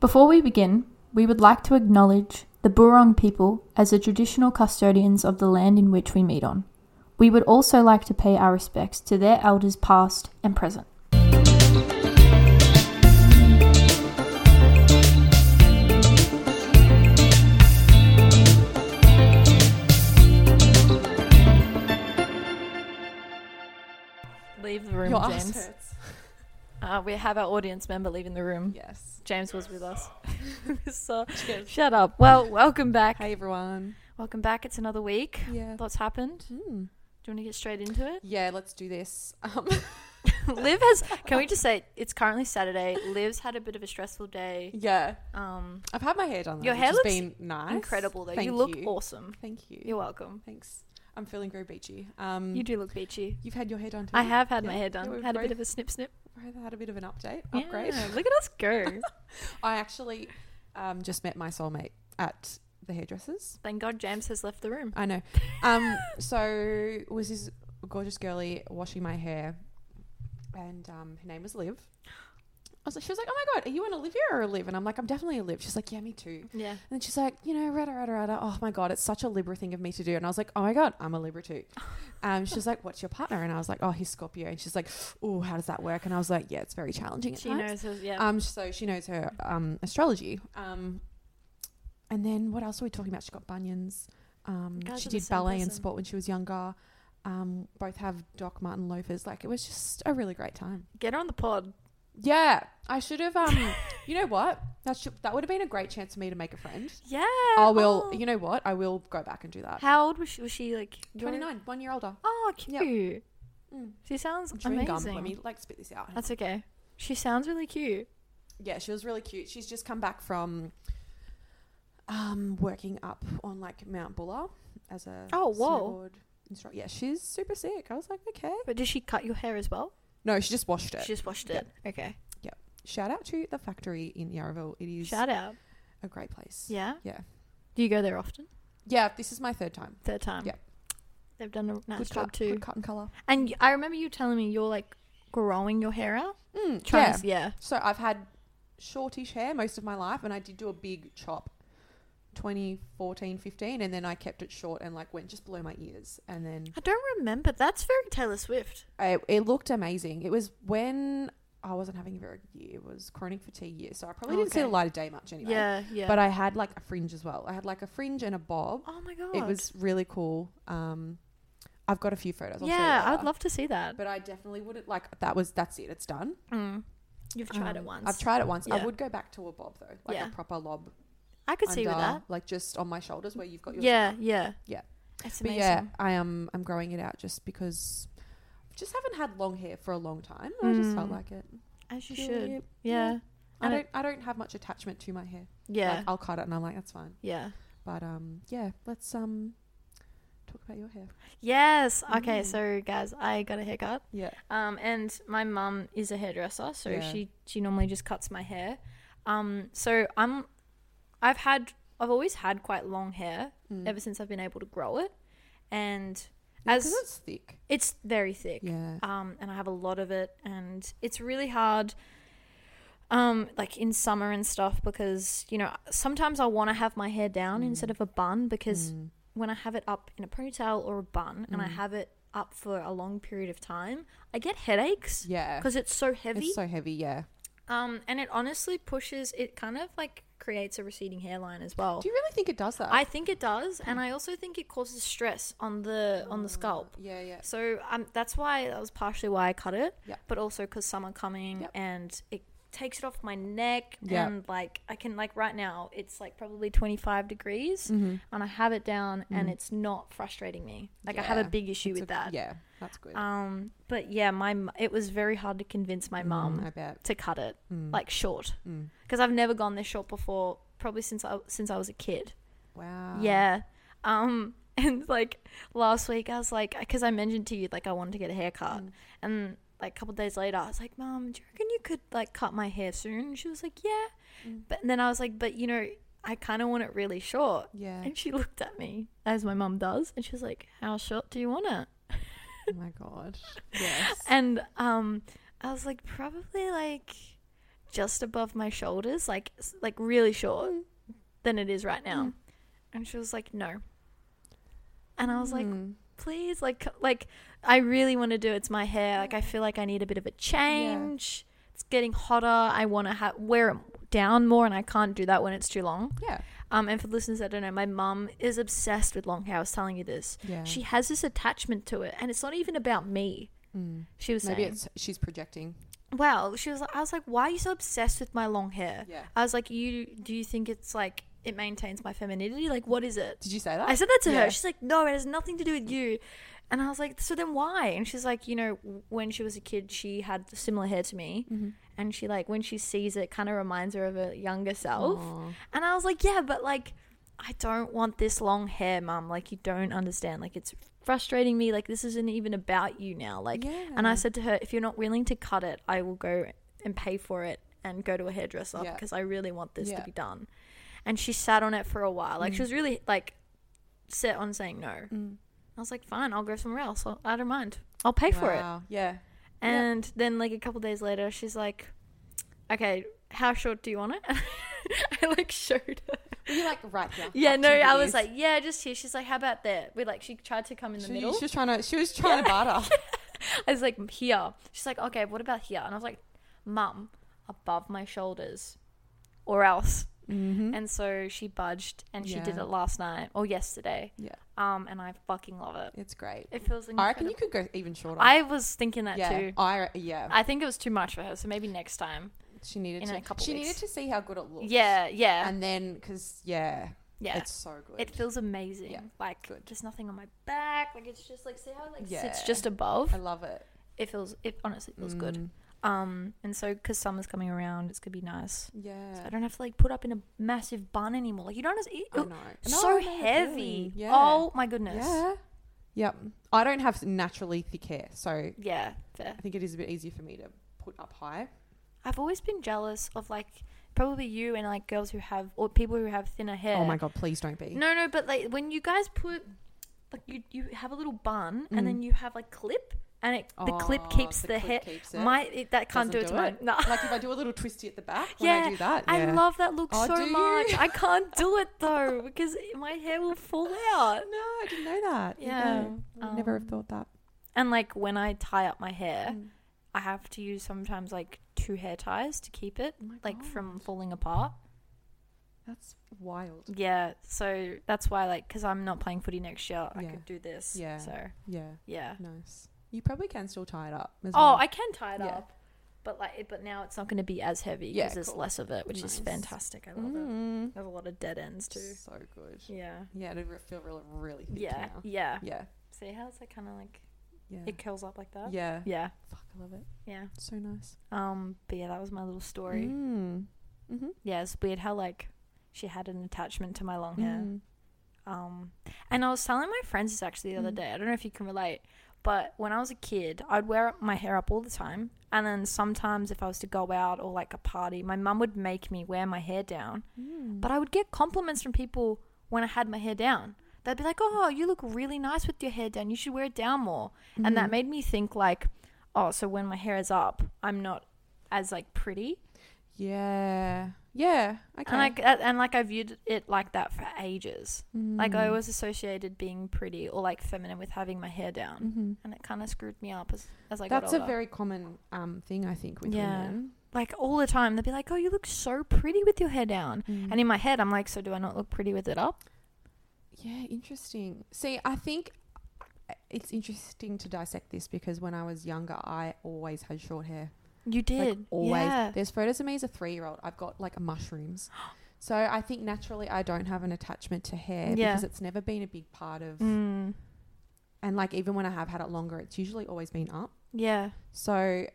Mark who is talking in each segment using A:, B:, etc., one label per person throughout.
A: Before we begin, we would like to acknowledge the Burong people as the traditional custodians of the land in which we meet on. We would also like to pay our respects to their elders past and present. Leave the room,
B: Your ass
A: James.
B: hurts.
A: Uh, we have our audience member leaving the room.
B: Yes.
A: James was with us. so, shut up. Well, welcome back.
B: Hey everyone.
A: Welcome back. It's another week.
B: Yeah. Hmm.
A: Lots happened. Do you want to get straight into it?
B: Yeah, let's do this. Um,
A: Liv has. Can we just say it's currently Saturday? Liv's had a bit of a stressful day.
B: yeah,
A: Um,
B: I've had my hair done. Though,
A: Your
B: which
A: hair
B: has
A: looks
B: been nice.
A: incredible though.
B: Thank
A: you look awesome.
B: Thank you.
A: You're welcome.
B: Thanks. I'm feeling very beachy. Um,
A: You do look beachy.
B: You've had your hair done too.
A: I have had my
B: Yeah. Oh,
A: hair
B: Yeah,
A: done.
B: we've
A: had a bit
B: both-
A: of a snip snip.
B: both had a bit of an update. Upgrade.
A: Yeah, look at us go.
B: I actually um, just met my soulmate at the hairdressers.
A: Thank God James has left the room.
B: I know. Um, so was this gorgeous girly washing my hair, and um, her name was Liv. I was like, she was like, "Oh my god, are you an Olivia or a Liv?" And I'm like, "I'm definitely a Liv." She's like, "Yeah, me too."
A: Yeah.
B: And then she's like, "You know, rada rada rada. Oh my god, it's such a Libra thing of me to do." And I was like, "Oh my god, I'm a Libra too." Um, she's like, "What's your partner?" And I was like, "Oh, he's Scorpio." And she's like, "Oh, how does that work?" And I was like, "Yeah, it's very challenging." At
A: She
B: times."
A: knows. His, yeah.
B: Um, so she knows her um, astrology. Um, and then what else are we talking about? She got bunions. Um,
A: guys
B: she
A: are the
B: did
A: same
B: ballet and
A: person.
B: sport when she was younger. Um, both have Doc Martin loafers. Like it was just a really great time.
A: Get her on the pod.
B: Oh, Yeah, I should have. Um, you know what? That should that would have been a great chance for me to make a friend.
A: Yeah.
B: I will.
A: oh.
B: You know what? I will go back and do that.
A: How old was she? Was she like
B: Twenty nine, one year older.
A: Oh,
B: Yep.
A: cute.
B: Mm.
A: She sounds
B: Chewing gum.
A: amazing.
B: Let me like spit this out.
A: That's okay. She sounds really cute.
B: yeah, she was really cute. She's just come back from um working up on like Mount Buller as a
A: Oh, whoa.
B: snowboard instructor. Yeah, she's super sick. I was like, okay.
A: But did she cut your hair as well?
B: No, she just washed it.
A: She just washed it. Okay.
B: Shout out to the factory in Yarraville. It is
A: Shout out.
B: a great place. Yeah.
A: Yeah.
B: Yeah.
A: Do you go there often?
B: this is my third time.
A: Third time.
B: Yep.
A: They've done a nice
B: good
A: job
B: cut,
A: too.
B: Good cut and color.
A: And y- I remember you telling me you're like growing your hair out.
B: Mm,
A: Trying
B: yeah.
A: to- yeah.
B: So I've had shortish hair most of my life, and I did do a big chop. 2014 15 and then I kept it short and like went just below my ears and then
A: I don't remember. That's very Taylor Swift.
B: I, it looked amazing. It was when I wasn't having a very good year. It was chronic fatigue year, so I probably didn't see the
A: Okay.
B: light of day much anyway.
A: Yeah. Yeah.
B: But I had like a fringe as well. I had like a fringe and a bob.
A: oh my god.
B: It was really cool. Um, I've got a few photos. I'll show you
A: Yeah, I would
B: later.
A: love to see that.
B: But I definitely wouldn't like that. Was that's it? It's done.
A: Mm. You've tried it
B: Um,
A: once.
B: I've tried it once.
A: Yeah.
B: I would go back to a bob though, like
A: Yeah.
B: a proper lob.
A: I could see with
B: under,
A: that.
B: like just on my shoulders where you've got your.
A: Yeah. Yeah.
B: Yeah.
A: It's
B: But
A: amazing.
B: yeah, I am. I'm growing it out just because. I Just haven't had long hair for a long time. and I just felt
A: Mm.
B: like it.
A: As you
B: Cute.
A: should.
B: Yeah.
A: Yeah.
B: I
A: And it-
B: don't I don't have much attachment to my hair.
A: Yeah.
B: Like I'll cut it and I'm like, that's fine.
A: yeah.
B: But um yeah, let's um talk about your hair.
A: Yes. Okay.
B: Mm.
A: So, guys, I got a haircut.
B: Yeah.
A: Um, and my mum is a hairdresser, so
B: Yeah.
A: she she normally just cuts my hair. Um, so I'm, I've had I've always had quite long hair
B: Mm.
A: ever since I've been able to grow it, and
B: Because
A: as
B: it's thick.
A: it's very thick.
B: Yeah.
A: Um, and I have a lot of it, and it's really hard. Um, like in summer and stuff, because you know sometimes I want to have my hair down instead of a bun because
B: Mm.
A: when I have it up in a ponytail or a bun and I
B: Mm.
A: have it up for a long period of time, I get headaches
B: Yeah.
A: because it's so heavy.
B: It's so heavy, yeah.
A: um, and it honestly pushes, it kind of like creates a receding hairline as well.
B: Do you really think it does that?
A: Oh. I think it does, and I also think it causes stress on the on the scalp.
B: yeah, yeah.
A: So um, that's why that was partially why I cut it,
B: Yeah.
A: but also because summer coming
B: Yep.
A: and it takes it off my neck
B: Yeah.
A: and like I can like right now it's like probably 25 degrees
B: Mm-hmm.
A: and I have it down and it's not frustrating me. Like I have a
B: Yeah.
A: big issue
B: It's
A: with
B: a-
A: that.
B: Yeah, that's good.
A: Um but yeah, my m- it was very hard to convince my mum
B: Mm, I bet.
A: to cut it
B: Mm.
A: like short
B: Mm.
A: because I've never gone this short before probably since I since I was a kid.
B: Wow.
A: Yeah. Um and like last week I was like cuz I mentioned to you like I wanted to get a haircut
B: Mm.
A: and like a couple days later I was like mom do you reckon you could like cut my hair soon and she was like yeah
B: Mm.
A: but and then I was like but you know I kind of want it really short
B: Yeah.
A: and she looked at me as my mum does and she was like how short do you want it
B: oh my god. Yes.
A: and um I was like probably like just above my shoulders, like s- like really short than it is right now. And she was like, "No." And I was like,
B: Mm.
A: "Please, like c- like I really want to do it's my hair. Like I feel like I need a bit of a change. It's getting hotter. I want to ha- wear it down more and I can't do that when it's too long."
B: yeah,
A: Um and for listeners that don't know, my mum is obsessed with long hair. I was telling you this.
B: yeah.
A: She has this attachment to it and it's not even about me.
B: Mm.
A: She was
B: Maybe
A: saying,
B: it's she's projecting.
A: "Well, she was like, I was like, why are you so obsessed with my long hair?"
B: Yeah.
A: I was like, "You do you think it's like it maintains my femininity? Like, what is it?"
B: Did you say that?
A: I said that to
B: Yeah.
A: her. She's like, "No, it has nothing to do with you." And I was like, "So then why?" And she's like, "You know, when she was a kid, she had similar hair to me,
B: Mm-hmm.
A: and she like when she sees it, kind of reminds her of her younger self."
B: Aw.
A: And I was like, "Yeah, but like." I don't want this long hair, mum. Like, you don't understand. Like, it's frustrating me. Like, this isn't even about you now. Like, and I
B: Yeah.
A: said to her, if you're not willing to cut it, I will go and pay for it and go to a hairdresser
B: Yeah.
A: because I really want this
B: Yeah. Mm.
A: to be done. And she sat on it for a while. Like she was really like set on saying no. I was like, fine, I'll go somewhere else. I'll, I don't mind. I'll pay for it.
B: Wow. Yeah.
A: And then like a couple days later, she's like, okay, how short do you want it? I like showed her.
B: Were you like right here?
A: Yeah,
B: up
A: no,
B: to your
A: I was
B: ears?
A: like, yeah, just here. She's like, how about there? We like she tried to come in the
B: she,
A: middle.
B: she was trying to. She was trying to barter.
A: I was like, here. She's like, okay, what about here? And I was like, mum, above my shoulders or else.
B: Mm-hmm.
A: And so she budged and she did
B: Yeah.
A: it last night or yesterday.
B: Yeah,
A: Um, and I fucking love it.
B: it's great.
A: It feels
B: I reckon
A: incredible.
B: you could go even shorter.
A: I was thinking that
B: yeah,
A: too.
B: I re- yeah.
A: I think it was too much for her, so maybe next time.
B: she needed
A: in
B: to.
A: a couple
B: she
A: weeks.
B: needed to see how good it looked.
A: Yeah, yeah,
B: and then because yeah,
A: yeah.
B: it's so good.
A: it feels amazing.
B: Yeah,
A: like
B: good.
A: there's nothing on my back. Like it's just like see how it like sits
B: Yeah.
A: just above.
B: I love it.
A: It feels it honestly feels good.
B: Mm,
A: Um, and so because summer's coming around, it's gonna be nice.
B: Yeah,
A: I don't have to like put up in a massive bun anymore. Like you don't have to eat.
B: I
A: oh,
B: know.
A: so
B: No, no,
A: heavy.
B: really. Yeah.
A: Oh my goodness. Yeah.
B: Yeah. Yep. I don't have naturally thick hair, so I
A: fair.
B: think it is a bit easier for me to put up high.
A: I've always been jealous of like probably you and like girls who have or people who have thinner hair.
B: Oh my god, please don't be.
A: No, no, but like when you guys put like you you have a little bun and
B: Mm.
A: then you have like clip and it the clip
B: Oh,
A: keeps
B: the
A: the,
B: clip
A: hair.
B: keeps it.
A: My it, that can't
B: Doesn't
A: do it
B: do
A: to mine.
B: it.
A: No.
B: Like if I do a little twisty at the back when I
A: Yeah,
B: do that.
A: I love that look
B: Oh, do
A: so
B: you?
A: much. I can't do it though because my hair will fall out.
B: Uh, No, I didn't know that. You
A: Yeah,
B: know, I would never have
A: um,
B: thought that.
A: And like when I tie up my hair,
B: Mm.
A: I have to use sometimes like two hair ties to keep it
B: Oh my
A: like
B: God.
A: from falling apart.
B: That's wild.
A: Yeah, so that's why like because I'm not playing footy next year, I
B: Yeah.
A: could do this.
B: Yeah.
A: So
B: Yeah,
A: yeah.
B: nice. You probably can still tie it up. As
A: Oh,
B: well.
A: I can tie it
B: Yeah.
A: up, but like it, but now it's not going to be as heavy
B: Yeah,
A: because there's
B: cool.
A: less of it, which is
B: Nice.
A: fantastic. I love it.
B: Mm.
A: There's a lot of dead ends too.
B: So good.
A: Yeah.
B: Yeah, it'd re- feel really, really thick
A: Yeah.
B: now.
A: Yeah.
B: Yeah,
A: See how it's like kind of like
B: yeah,
A: it curls up like that.
B: yeah.
A: Yeah.
B: Fuck, I love it.
A: Yeah.
B: So nice.
A: Um. But yeah, that was my little story.
B: Mm. Mm-hmm.
A: Yeah, it's weird how like she had an attachment to my long hair.
B: Mm.
A: Um, and I was telling my friends this actually the other
B: Mm.
A: day. I don't know if you can relate, but when I was a kid, I'd wear up my hair up all the time. And then sometimes, if I was to go out or like a party, my mum would make me wear my hair down. But I would get compliments from people when I had my hair down. They'd be like, "Oh, you look really nice with your hair down. You should wear it down more." And
B: Mm.
A: that made me think like, "Oh, so when my hair is up, I'm not as like pretty."
B: Yeah. Yeah. Okay.
A: And like and like I viewed it like that for ages. Like I
B: Mm.
A: always associated being pretty or like feminine with having my hair down,
B: Mhm.
A: and it kind of screwed me up as, as I
B: That's
A: got
B: a
A: older.
B: very common um, thing I think with
A: Yeah.
B: women.
A: like all the time, they'd be like, "Oh, you look so pretty with your hair down,"
B: Mm.
A: and in my head, I'm like, "So do I not look pretty with it up?"
B: Yeah, interesting. See, I think uh, it's interesting to dissect this because when I was younger, I always had short hair.
A: You did,
B: Like, always.
A: yeah.
B: There's photos of me as a three year old. I've got like mushrooms. So I think naturally I don't have an attachment to hair
A: Yeah.
B: because it's never been a big part of.
A: Mm,
B: And like even when I have had it longer, it's usually always been up.
A: yeah,
B: So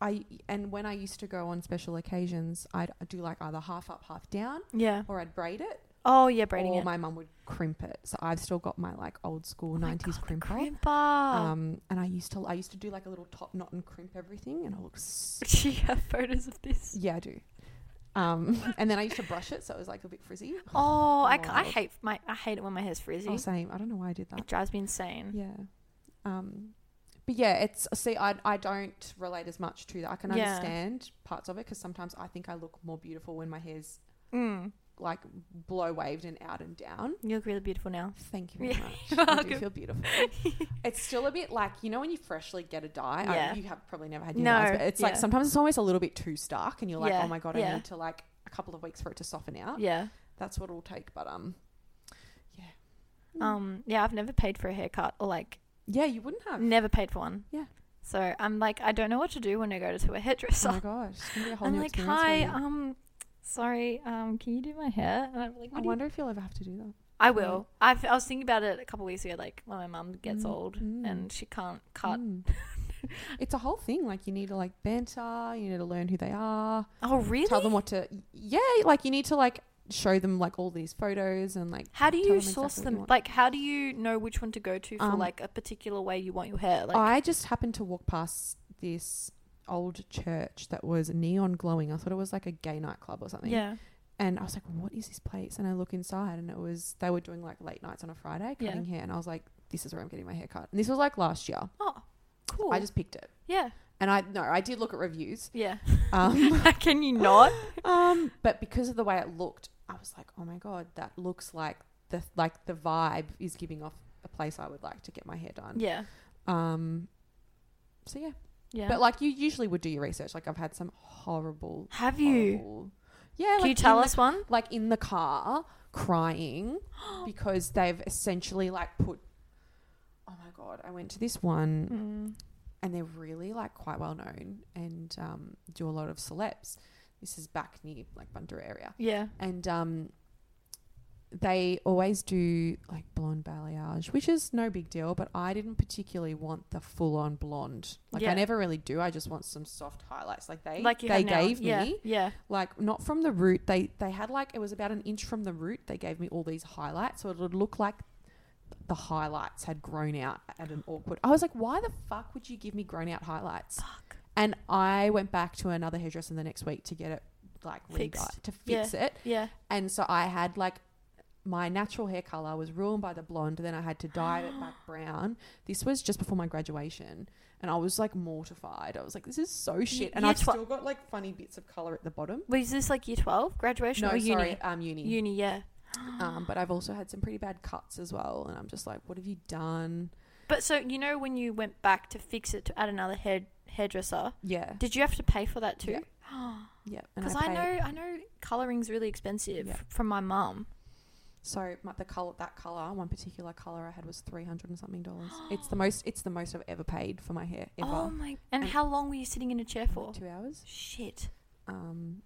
B: I and when I used to go on special occasions, I'd do like either half up, half down,
A: yeah.
B: or I'd braid it,
A: Oh yeah, braiding
B: or
A: it.
B: my mum would crimp it. So I've still got my like old school
A: Oh my
B: nineties
A: God, the
B: crimper.
A: crimper.
B: Um, and I used to I used to do like a little top knot and crimp everything, and I looked sick.
A: Do you have photos of this?
B: yeah I do. Um, and then I used to brush it so it was like a bit frizzy.
A: Oh, I, c- I
B: Wild.
A: hate my I hate it when my hair's frizzy.
B: Oh, same. I don't know why I did that.
A: It drives me insane.
B: Yeah. Um, But yeah, it's see, I I don't relate as much to that. I can
A: Yeah.
B: understand parts of it because sometimes I think I look more beautiful when my hair's
A: Mm.
B: like blow waved and out and down.
A: You look really beautiful now.
B: Thank you very
A: Yeah,
B: much.
A: you're
B: I do
A: welcome.
B: feel beautiful. it's still a bit like you know when you freshly get a dye. I-
A: Yeah.
B: you have probably never had your
A: No,
B: eyes, but it's like
A: yeah.
B: sometimes it's almost a little bit too stark, and you're like,
A: Yeah,
B: oh my god, I
A: yeah.
B: need to like a couple of weeks for it to soften out.
A: Yeah.
B: That's what it'll take. But um, Mm.
A: Um. Yeah. I've never paid for a haircut or like
B: yeah, you wouldn't have.
A: never paid for one.
B: Yeah.
A: So I'm like, I don't know what to do when I go to a hairdresser.
B: Oh my gosh, it's gonna be a whole
A: I'm
B: new
A: like,
B: experience.
A: hi,
B: for you.
A: um, sorry, um, can you do my hair? And I'm like, what
B: I
A: do you
B: wonder if you'll ever have to do that.
A: I will. I've, I was thinking about it a couple weeks ago, like when my mum gets
B: Mm,
A: old
B: mm.
A: and she can't cut.
B: Mm. it's a whole thing. Like you need to like banter. You need to learn who they are.
A: Oh, really?
B: Tell them what to. Yeah, like you need to like show them like all these photos and like.
A: how do
B: tell
A: you
B: them
A: source
B: exactly what you
A: them?
B: want.
A: Like, how do you know which one to go to for
B: Um,
A: like a particular way you want your hair? Like,
B: I just happened to walk past this old church that was neon glowing. I thought it was like a gay nightclub or something.
A: yeah,
B: And I was like, what is this place? And I look inside and it was, they were doing like late nights on a Friday
A: Yeah.
B: cutting hair. And I was like, this is where I'm getting my hair cut. And this was like last year.
A: oh, cool.
B: I just picked it.
A: yeah,
B: And I, no, I did look at reviews.
A: yeah.
B: Um,
A: can you not?
B: um, but because of the way it looked, I was like, oh my God, that looks like the, like the vibe is giving off a place I would like to get my hair done.
A: yeah,
B: Um, so yeah.
A: yeah.
B: But like you usually would do your research. Like I've had some horrible.
A: Have you?
B: horrible- Yeah.
A: Can
B: oh. like
A: you tell
B: in
A: us one?
B: The, like in the car, crying
A: Oh.
B: because they've essentially like put. Oh my god! I went to this one,
A: Mm.
B: and they're really like quite well known and um, do a lot of celebs. This is back near like Bundoora area,
A: Yeah,
B: and um, they always do like blonde balayage, which is no big deal. But I didn't particularly want the full on blonde. Like
A: Yeah.
B: I never really do. I just want some soft highlights. Like they
A: like you
B: they
A: have now.
B: gave
A: yeah.
B: me
A: Yeah,
B: like not from the root. They they had like it was about an inch from the root. They gave me all these highlights, so it would look like the highlights had grown out at an awkward. I was like, why the fuck would you give me grown out highlights?
A: Fuck.
B: And I went back to another hairdresser the next week to get it like
A: Fixed.
B: redone- to fix it.
A: yeah.
B: And so I had like my natural hair color was ruined by the blonde. Then I had to dye it back brown. This was just before my graduation, and I was like mortified. I was like, "This is so shit." And
A: year
B: I've
A: twe-
B: still got like funny bits of color at the bottom.
A: Was this like year twelve graduation
B: No,
A: or
B: sorry,
A: uni?
B: um, uni.
A: Uni, yeah.
B: Um, but I've also had some pretty bad cuts as well, and I'm just like, "What have you done?"
A: But so you know when you went back to fix it to add another hair hairdresser,
B: Yeah,
A: did you have to pay for that too?
B: yeah. and
A: Because I,
B: paid-
A: know I know coloring's really expensive
B: Yeah.
A: from my mum.
B: So my, the color, that color, one particular color I had was three hundred and something dollars. it's the most. It's the most I've ever paid for my hair ever.
A: Oh my! And
B: And-
A: how long were you sitting in a chair for?
B: Two hours.
A: Shit.
B: Um,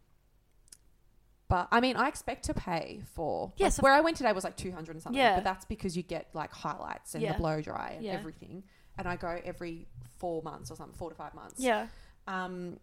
B: but I mean, I expect to pay for. like,
A: Yes, of-
B: where I went today was like two hundred and something.
A: Yeah.
B: But that's because you get like highlights and
A: Yeah.
B: the blow dry and
A: Yeah.
B: everything. And I go every four months or something, four to five months.
A: Yeah.
B: Um,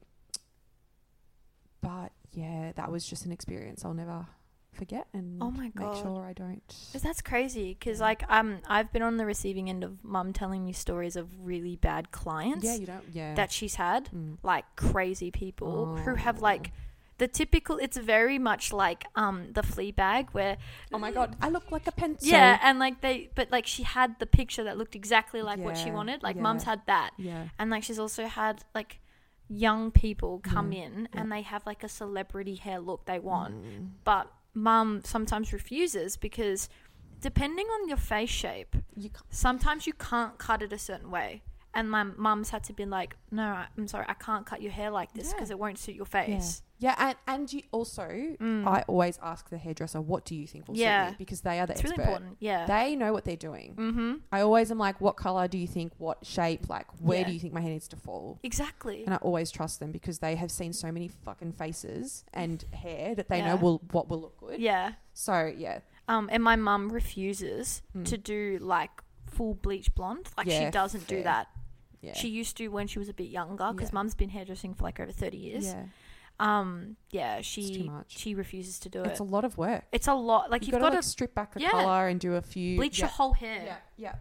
B: but yeah, that was just an experience I'll never forget, and
A: Oh my
B: make
A: God.
B: sure I don't.
A: 'Cause that's crazy. Because
B: Yeah.
A: like um, I've been on the receiving end of mum telling me stories of really bad clients
B: Yeah, you don't. Yeah.
A: that she's had,
B: Mm.
A: like crazy people who have
B: Oh.
A: like the typical. It's very much like um the flea bag where
B: Oh my god, I look like a pencil.
A: Yeah, and like they, but like she had the picture that looked exactly like what she
B: Yeah,
A: wanted. Like
B: yeah.
A: mum's had that,
B: Yeah.
A: and like she's also had like young people come
B: Yeah,
A: in
B: yeah.
A: and they have like a celebrity hair look they want,
B: Mm.
A: but mum sometimes refuses because depending on your face shape,
B: You can't.
A: sometimes you can't cut it a certain way. And my mum's had to be like, no, I- I'm sorry, I can't cut your hair like this
B: Yeah.
A: because it won't suit your face.
B: Yeah, and, and you also,
A: Mm.
B: I always ask the hairdresser, what do you think will yeah.
A: Yeah.
B: suit me? Because they are the
A: It's
B: expert.
A: really important. Yeah.
B: They know what they're doing.
A: mm-hmm.
B: I always am like, what color do you think? What shape? Like, where
A: Yeah.
B: do you think my hair needs to fall?
A: Exactly.
B: And I always trust them because they have seen so many fucking faces and hair that they know
A: Yeah.
B: will what will look good.
A: Yeah.
B: So yeah,
A: Um, and my mum refuses
B: Mm.
A: to do like full bleach blonde. Like she
B: Yeah,
A: doesn't
B: fair.
A: do that.
B: yeah,
A: She used to when she was a bit younger because
B: Yeah.
A: mum's been hairdressing for like over thirty years.
B: yeah,
A: Um, yeah,
B: it's too
A: she
B: much.
A: she refuses to do it.
B: It's a lot of work.
A: it's a lot. Like
B: You've,
A: you've
B: got
A: got,
B: to like,
A: to
B: strip back the
A: yeah.
B: color and do a few
A: bleach
B: yeah.
A: your whole hair.
B: Yeah, yeah.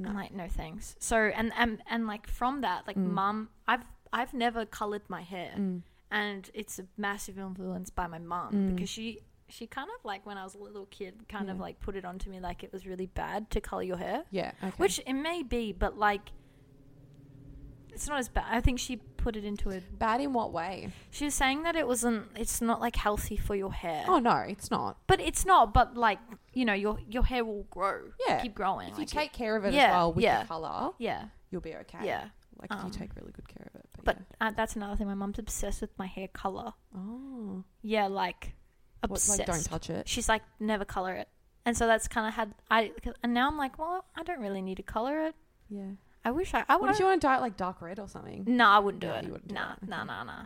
B: Mm. No.
A: I'm like, no thanks. So and and, and like from that, like
B: Mm.
A: mum, I've I've never colored my hair,
B: Mm.
A: and it's a massive influence by my mum
B: Mm.
A: because she. She kind of like when I was a little kid, kind of
B: Yeah.
A: like put it onto me like it was really bad to color your hair.
B: Yeah. Okay.
A: Which it may be, but like It's not as bad. I think she put it into a.
B: Bad in what way?
A: She was saying that it wasn't. It's not like healthy for your hair.
B: Oh no, it's not.
A: But it's not. But like you know, your your hair will grow.
B: Yeah.
A: Keep growing.
B: If
A: Oh,
B: you
A: like it-
B: take care of it as
A: Yeah,
B: well with
A: yeah.
B: the color,
A: Yeah.
B: you'll be okay.
A: Yeah.
B: like if you
A: Um,
B: take really good care of it. But,
A: But uh, that's another thing. My mum's obsessed with my hair color.
B: yeah. oh,
A: Yeah, like
B: What,
A: obsessed.
B: like don't touch it.
A: She's like never color it, and so that's kind of had I. And now I'm like, well, I don't really need to color it.
B: Yeah.
A: I wish I. I
B: What
A: would.
B: did you want to dye it like dark red or something?
A: No, I wouldn't do
B: No,
A: it.
B: you wouldn't do
A: nah,
B: it.
A: nah,
B: Okay.
A: nah, nah.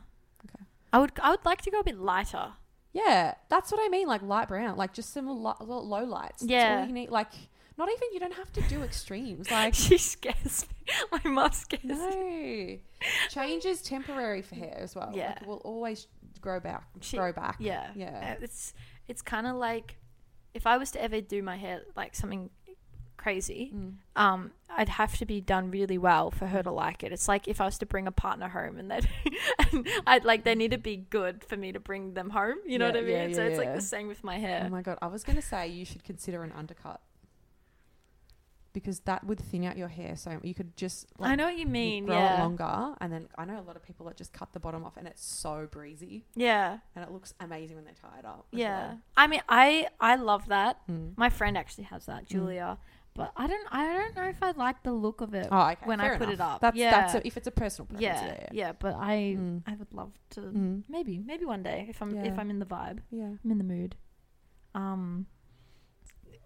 B: Okay.
A: I would. I would like to go a bit lighter.
B: Yeah, that's what I mean. Like light brown, like just some li- lo- low lights. That's
A: Yeah.
B: all you need. Like not even you don't have to do extremes. Like
A: she scares me. My mum scares me.
B: no, change is temporary for hair as well.
A: Yeah.
B: like, we'll always grow back.
A: She-
B: grow back.
A: Yeah.
B: yeah.
A: Uh, It's it's kind of like if I was to ever do my hair like something crazy,
B: Mm.
A: um, I'd have to be done really well for her to like it. It's like if I was to bring a partner home and they and I'd like they need to be good for me to bring them home. You know
B: Yeah,
A: what I mean?
B: yeah,
A: so
B: yeah,
A: it's like
B: yeah.
A: the same with my
B: Oh
A: hair.
B: my god, I was gonna say you should consider an undercut because that would thin out your hair. So you could just
A: I know what you
B: you
A: mean.
B: grow it
A: Yeah.
B: longer, and then I know a lot of people that just cut the bottom off, and it's so breezy,
A: yeah.
B: and it looks amazing when they tie it up. as
A: Yeah.
B: well.
A: I mean, I I love that.
B: Mm.
A: My friend actually has that, Julia. But I don't I don't know if I like the look of it.
B: Oh, okay.
A: when I
B: fair
A: put it
B: enough.
A: up.
B: That's,
A: Yeah.
B: that's a, if it's a personal preference.
A: yeah,
B: Yeah,
A: yeah, but I
B: Mm.
A: I would love to
B: Mm.
A: maybe maybe one day if I'm if
B: Yeah.
A: I'm in the vibe,
B: yeah.
A: I'm in the mood. Um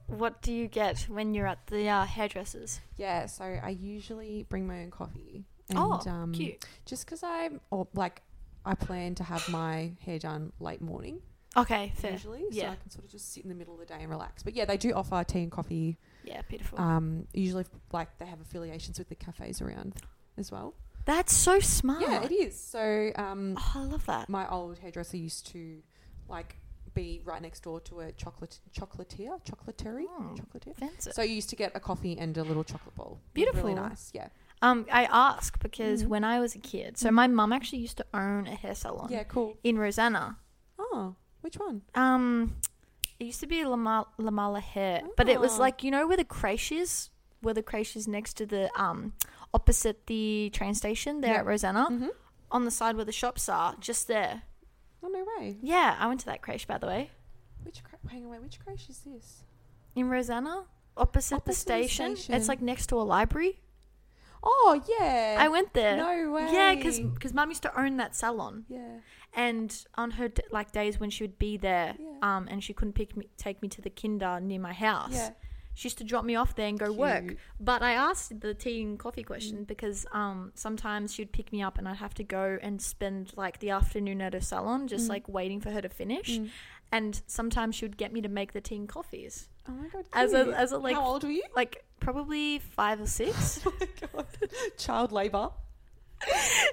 A: what do you get when you're at the uh, hairdressers?
B: Yeah, So I usually bring my own coffee. And,
A: Oh,
B: um,
A: Cute.
B: Just because I'm, or like, I plan to have my hair done late morning
A: Okay, fair.
B: usually, so
A: yeah.
B: I can sort of just sit in the middle of the day and relax. But yeah, they do offer tea and coffee.
A: Yeah, beautiful.
B: Um, usually, like they have affiliations with the cafes around as well.
A: That's so smart.
B: Yeah, it is. So um,
A: Oh, I love that.
B: my old hairdresser used to like be right next door to a chocolate chocolatier, chocolateri,
A: Mm.
B: chocolatier.
A: Fancy.
B: So you used to get a coffee and a little chocolate ball.
A: Beautiful.
B: Really nice. Yeah.
A: Um I ask because
B: Mhm.
A: when I was a kid, so my mum actually used to own a hair salon
B: Mm. Yeah, cool.
A: in Rosanna.
B: Oh, which one?
A: Um it used to be Lama- Lamala Hair, but it was
B: Oh.
A: like you know where the creche is, where the creche is next to the um opposite the train station there
B: Yeah.
A: at Rosanna,
B: Mhm.
A: on the side where the shops are, just there.
B: Oh no way.
A: Yeah, I went to that creche by the way
B: Which cra- hang away, which creche is this?
A: in Rosanna, opposite,
B: Opposite
A: the,
B: the
A: station. It's
B: station.
A: like next to a library.
B: Oh yeah.
A: I went there.
B: No way.
A: Yeah, because because mum used to own that salon,
B: yeah.
A: and on her d- like days when she would be there,
B: Yeah.
A: um, and she couldn't pick me, take me to the kinder near my house.
B: Yeah.
A: She used to drop me off there and go work.
B: Cute. Mm.
A: But I asked the tea and coffee question because um, sometimes she'd pick me up and I'd have to go and spend like the afternoon at her salon, just
B: Mm.
A: like waiting for her to finish.
B: Mm.
A: And sometimes she would get me to make the tea and coffees.
B: Oh my god.
A: As a-
B: cute.
A: as a, like-
B: How old were you?
A: Like probably five or six.
B: Oh my god. Child labor.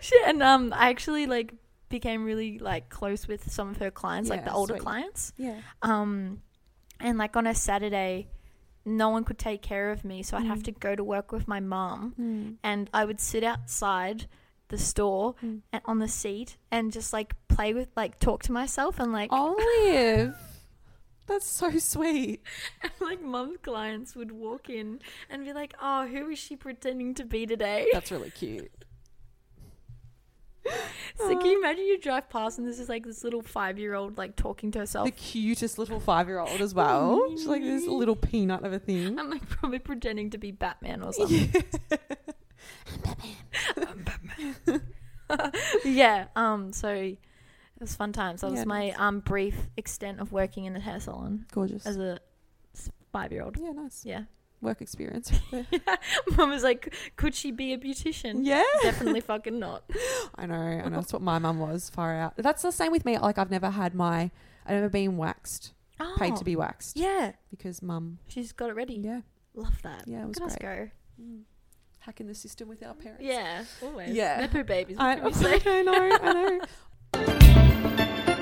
A: Shit, and um, I actually like became really like close with some of her clients, like
B: Yeah,
A: the older
B: sweet.
A: clients.
B: Yeah.
A: Um, and like on a Saturday, no one could take care of me, so I'd have
B: Mm.
A: to go to work with my mum,
B: Mm.
A: and I would sit outside the store
B: Mm.
A: and on the seat and just like play with like talk to myself and like
B: Olive. That's so sweet.
A: like mum's clients would walk in and be like, "Oh, who is she pretending to be today?"
B: That's really cute.
A: So can you imagine you drive past and this is like this little five year old like talking to herself
B: The cutest little five year old as well. She's like this little peanut of a thing.
A: I'm like probably pretending to be Batman or something. Yeah. Um. So it was fun times. That was
B: Yeah,
A: my
B: nice.
A: um brief extent of working in a hair salon
B: Gorgeous.
A: as a five year old.
B: yeah, nice.
A: Yeah.
B: Work experience. right there.
A: Mum was like, could she be a beautician?
B: yeah.
A: Definitely fucking not.
B: I know. I know. That's what my mum was far out. That's the same with me. Like, I've never had my, I've never been waxed,
A: Oh,
B: paid to be waxed.
A: Yeah.
B: Because mum,
A: She's got it ready.
B: yeah.
A: Love that.
B: Yeah, it was
A: Look at us
B: great.
A: go.
B: Mm. Hacking the system with our parents.
A: Yeah. Always.
B: Yeah.
A: Nepo babies. What
B: I,
A: can we say?
B: I know. I know.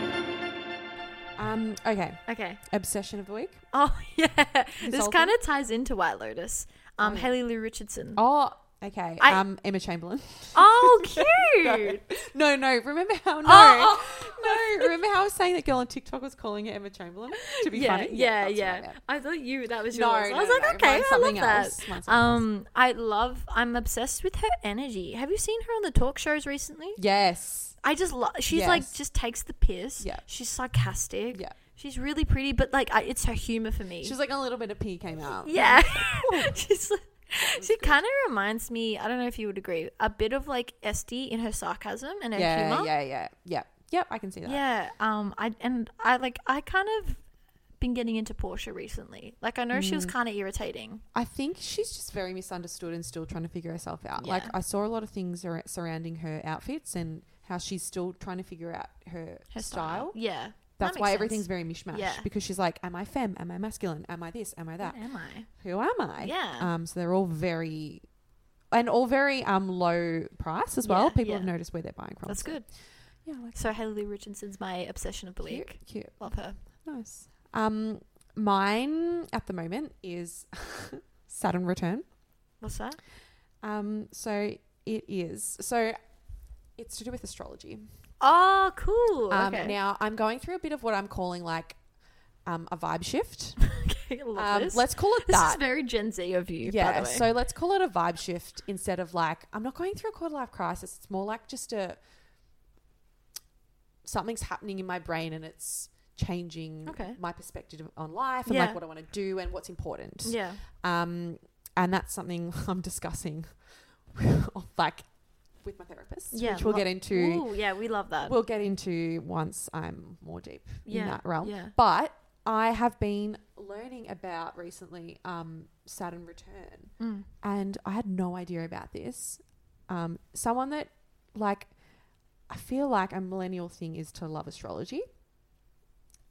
B: um, okay.
A: Okay.
B: Obsession of the week.
A: Oh yeah. This
B: Consulting.
A: kind of ties into White Lotus. Um,
B: Oh, yeah.
A: Haley Lou Richardson.
B: Oh, okay.
A: I-
B: um, Emma Chamberlain.
A: Oh, cute.
B: No, no. Remember how? No,
A: Oh, oh.
B: no, remember how I was saying that girl on TikTok was calling her Emma Chamberlain to be
A: yeah,
B: funny?
A: yeah,
B: that's
A: yeah.
B: right,
A: I thought you that was
B: No,
A: yours. I was
B: no,
A: like,
B: no,
A: okay,
B: mine's
A: I love
B: something else.
A: that.
B: Mine's something
A: Um, I love. I'm obsessed with her energy. Have you seen her on the talk shows recently?
B: Yes.
A: I just love. She's like
B: Yes.
A: just takes the piss.
B: Yeah.
A: She's sarcastic.
B: Yeah.
A: She's really pretty, but like I, it's her humor for me.
B: She's "Oh." like a little bit of pee came out.
A: yeah. She's. She kind of reminds me. I don't know if you would agree. A bit of like Esty in her sarcasm and her
B: Yeah,
A: humor.
B: yeah, yeah, yeah. Yep, I can see that.
A: Yeah, um, I and I like I kind of been getting into Portia recently. Like I know she was
B: Mm.
A: kind of irritating.
B: I think she's just very misunderstood and still trying to figure herself out.
A: Yeah.
B: Like I saw a lot of things ar- surrounding her outfits and how she's still trying to figure out her,
A: Her style,
B: style.
A: yeah,
B: That's
A: That
B: why
A: makes
B: everything's
A: sense.
B: very mishmash
A: Yeah.
B: because she's like, am I femme? Am I masculine? Am I this? Am I that?
A: What am I?
B: Who am I?
A: Yeah.
B: Um. So they're all very, and all very um low price as well.
A: Yeah,
B: People
A: yeah.
B: have noticed where they're buying from.
A: That's
B: so-
A: good.
B: Yeah. I Like
A: So Haley Richardson's my obsession of the week.
B: cute, cute,
A: Love her.
B: nice. Um. Mine at the moment is Saturn return.
A: What's that?
B: Um, so it is. So it's to do with astrology.
A: Oh, cool.
B: Um,
A: okay.
B: Now I'm going through a bit of what I'm calling like um, a vibe shift.
A: okay, I love
B: Um,
A: this.
B: let's call it
A: this is
B: that.
A: very Gen Z of you. Yeah. By
B: yeah.
A: the way.
B: So let's call it a vibe shift instead of like I'm not going through a quarter life crisis. It's more like just a something's happening in my brain and it's changing
A: Okay.
B: my perspective on life and
A: Yeah.
B: like what I want to do and what's important.
A: yeah.
B: Um, and that's something I'm discussing, like with my therapist,
A: Yeah,
B: which we'll
A: lo-
B: get into.
A: Ooh, yeah, we love that.
B: We'll get into once I'm more deep
A: yeah.
B: in that realm.
A: Yeah.
B: But I have been learning about recently um, Saturn return,
A: Mm.
B: and I had no idea about this. Um, someone that like I feel like a millennial thing is to love astrology,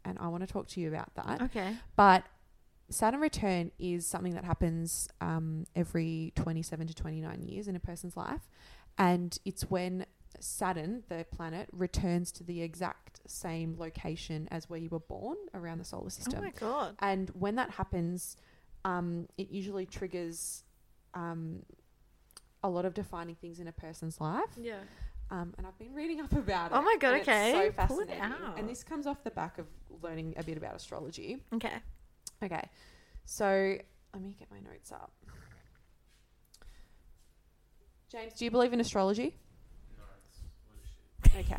B: and I want to talk to you about that.
A: Okay.
B: But Saturn return is something that happens um, every 27 to 29 years in a person's life. And it's when Saturn, the planet, returns to the exact same location as where you were born around the solar
A: Oh
B: system.
A: my god.
B: and when that happens, um, it usually triggers um, a lot of defining things in a person's life.
A: Yeah.
B: Um, and I've been reading up about it.
A: Oh my God,
B: and it's
A: okay. Pull
B: so
A: it
B: fascinating.
A: out.
B: And this comes off the back of learning a bit about astrology.
A: Okay.
B: Okay. So let me get my notes up. James, do you believe in astrology? No, Okay.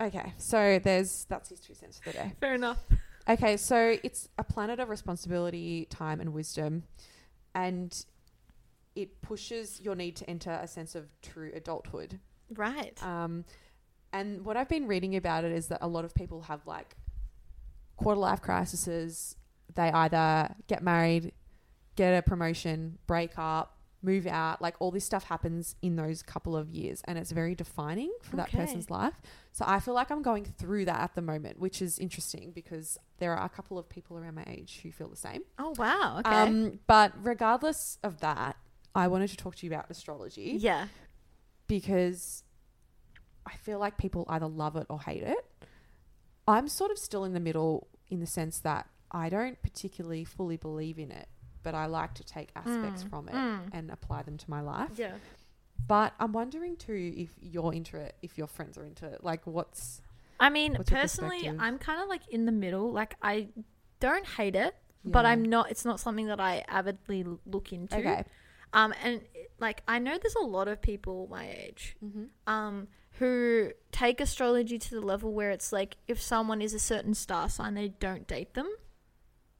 B: Okay, so there's that's his two cents for the day.
A: Fair enough.
B: Okay, so it's a planet of responsibility, time, and wisdom, and it pushes your need to enter a sense of true adulthood.
A: Right.
B: Um, and what I've been reading about it is that a lot of people have like quarter life crises. They either get married, get a promotion, break up, move out. Like all this stuff happens in those couple of years, and it's very defining for that
A: Okay.
B: person's life. So I feel like I'm going through that at the moment, which is interesting because there are a couple of people around my age who feel the same.
A: oh wow. Okay.
B: Um, but regardless of that, I wanted to talk to you about astrology
A: yeah.
B: because I feel like people either love it or hate it. I'm sort of still in the middle in the sense that I don't particularly fully believe in it, but I like to take aspects
A: Mm,
B: from it
A: mm.
B: and apply them to my life.
A: Yeah.
B: But I'm wondering too if you're into it, if your friends are into it. Like, what's.
A: I mean,
B: What's your
A: personally,
B: perspective?
A: I'm kind of like in the middle. Like, I don't hate it, but
B: Yeah.
A: I'm not. It's not something that I avidly l- look into.
B: Okay.
A: Um, and like I know there's a lot of people my age,
B: Mm-hmm.
A: um, who take astrology to the level where it's like if someone is a certain star sign, they don't date them.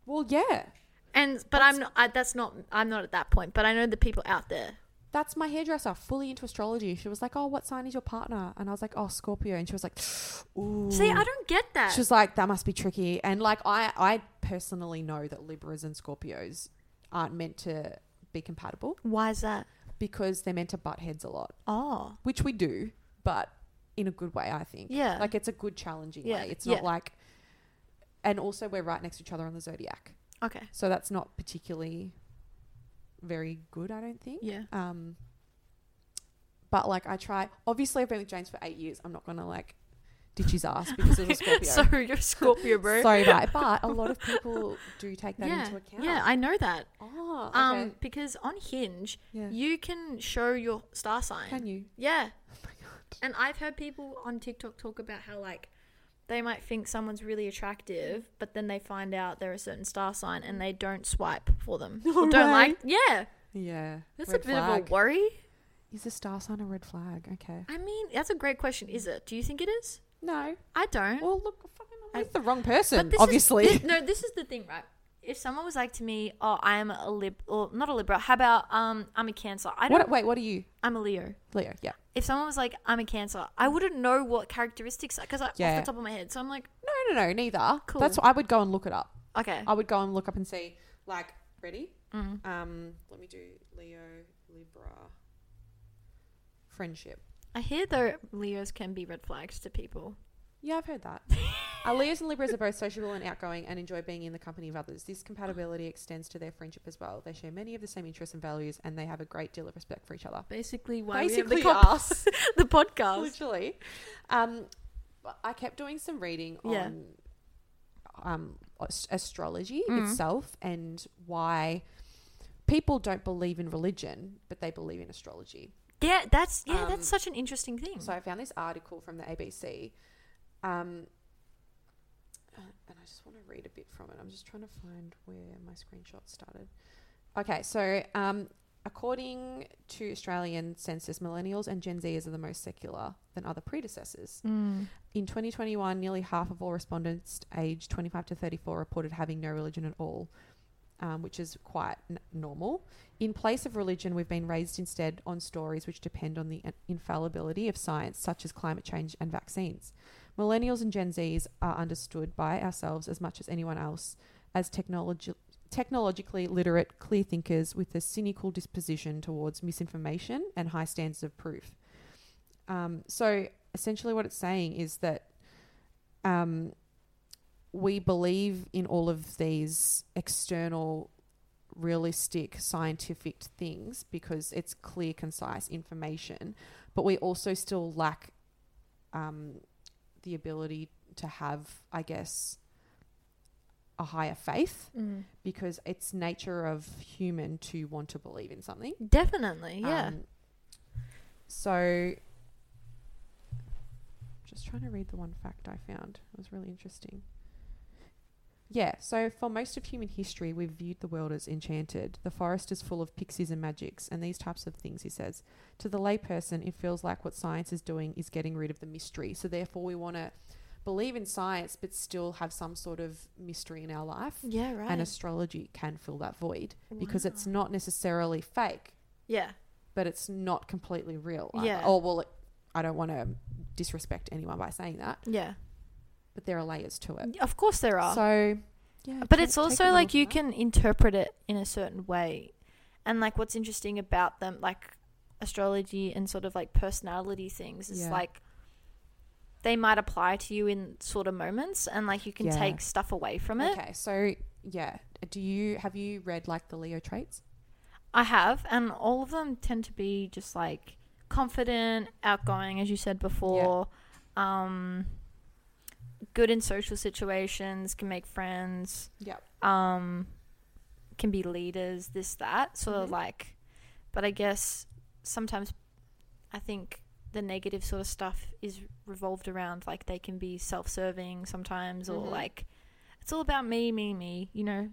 B: Well, yeah.
A: And but I'm not. I, that's not. I'm not at that point. But I know the people out there.
B: That's my hairdresser, fully into astrology. She was like, Oh, what sign is your partner? And I was like, Oh, Scorpio. And she was like, Ooh.
A: See, I don't get that.
B: She was like, that must be tricky. And like, I, I personally know that Libras and Scorpios aren't meant to be compatible
A: Why is that?
B: because they're meant to butt heads a lot,
A: Oh,
B: which we do, but in a good way, I think.
A: yeah.
B: Like, it's a good, challenging
A: Yeah,
B: way. It's
A: yeah.
B: not like, and also we're right next to each other on the zodiac.
A: okay.
B: So that's not particularly very good, I don't think.
A: Yeah.
B: Um, but like, I try, obviously, I've been with James for eight years. I'm not going to like ditch his ass because of a Scorpio.
A: so you're a Scorpio, bro.
B: Sorry about it, but a lot of people do take that
A: yeah.
B: into account.
A: Yeah, I know that.
B: Oh, okay.
A: Um, because on Hinge,
B: yeah.
A: you can show your star sign.
B: Can you?
A: yeah.
B: Oh my god.
A: And I've heard people on TikTok talk about how like they might think someone's really attractive, but then they find out they're a certain star sign and they don't swipe for them.
B: No
A: or don't
B: way.
A: like yeah.
B: Yeah.
A: That's
B: red
A: a bit
B: flag.
A: of a worry.
B: Is a star sign a red flag? Okay.
A: I mean, that's a great question, is it? Do you think it is?
B: No.
A: I don't.
B: Well, look, fucking, I'm
A: I-
B: with the wrong person,
A: this is-
B: obviously.
A: thi- no, this is the thing, right? If someone was like to me, "Oh, I am a lib or not a Libra. How about um I'm a Cancer? I don't
B: what, wait, what are you?
A: I'm a Leo."
B: Leo, yeah.
A: If someone was like, "I'm a Cancer," I wouldn't know what characteristics because off
B: Yeah.
A: the top of my head. So I'm like,
B: No, no, no, neither.
A: Cool.
B: That's I would go and look it up.
A: "Okay."
B: I would go and look up and see, like, ready?
A: Mm.
B: Um, let me do Leo, Libra, friendship.
A: I hear though Leos can be red flags to people.
B: Yeah, I've heard that. Our Leos and Libras are both sociable and outgoing and enjoy being in the company of others. This compatibility extends to their friendship as well. They share many of the same interests and values, and they have a great deal of respect for each other.
A: Basically, why
B: Basically,
A: we have the,
B: us.
A: co- the podcast.
B: literally. Um, but I kept doing some reading on
A: Yeah.
B: um, as- astrology
A: Mm.
B: itself and why people don't believe in religion, but they believe in astrology.
A: Yeah, that's yeah,
B: Um,
A: that's such an interesting thing.
B: So I found this article from the ABC. Um, uh, and I just want to read a bit from it. I'm just trying to find where my screenshot started. Okay, so um, according to Australian census, millennials and Gen Zers are the most secular than other predecessors.
A: Mm.
B: In 2021, nearly half of all respondents aged 25 to 34 reported having no religion at all, um, which is quite n- normal. In place of religion, we've been raised instead on stories which depend on the in- infallibility of science, such as climate change and vaccines. Millennials and Gen Zs are understood by ourselves as much as anyone else as technologi- technologically literate, clear thinkers with a cynical disposition towards misinformation and high standards of proof. Um, so essentially, what it's saying is that um, we believe in all of these external, realistic, scientific things because it's clear, concise information, but we also still lack um, the ability to have, I guess, a higher faith
A: Mm.
B: because it's nature of human to want to believe in something.
A: Definitely, yeah.
B: Um, so, just trying to read the one fact I found. It was really interesting. Yeah, so for most of human history, we've viewed the world as enchanted. The forest is full of pixies and magics and these types of things, he says. To the layperson, it feels like what science is doing is getting rid of the mystery. So, therefore, we want to believe in science but still have some sort of mystery in our life.
A: yeah, Mm, right.
B: And astrology can fill that void because it's not necessarily fake
A: yeah.
B: but it's not completely real. either.
A: Yeah.
B: Or well, it, I don't want to disrespect anyone by saying that,
A: Yeah.
B: but there are layers to it.
A: Of course there are.
B: So, yeah.
A: but
B: take-
A: it's
B: take
A: also
B: along
A: like
B: from
A: you
B: that.
A: can interpret it in a certain way. And like what's interesting about them like astrology and sort of like personality things is
B: Yeah.
A: like they might apply to you in sort of moments and like you can
B: Yeah.
A: take stuff away from it.
B: Okay, so yeah, do you have you read like the Leo traits?
A: I have, and all of them tend to be just like confident, outgoing, as you said before. Um, good in social situations, can make friends.
B: Yep.
A: Um, can be leaders. This that sort
B: Mhm.
A: of like, but I guess sometimes I think the negative sort of stuff is revolved around like they can be self-serving sometimes, or
B: Mhm.
A: like it's all about me, me, me. You know,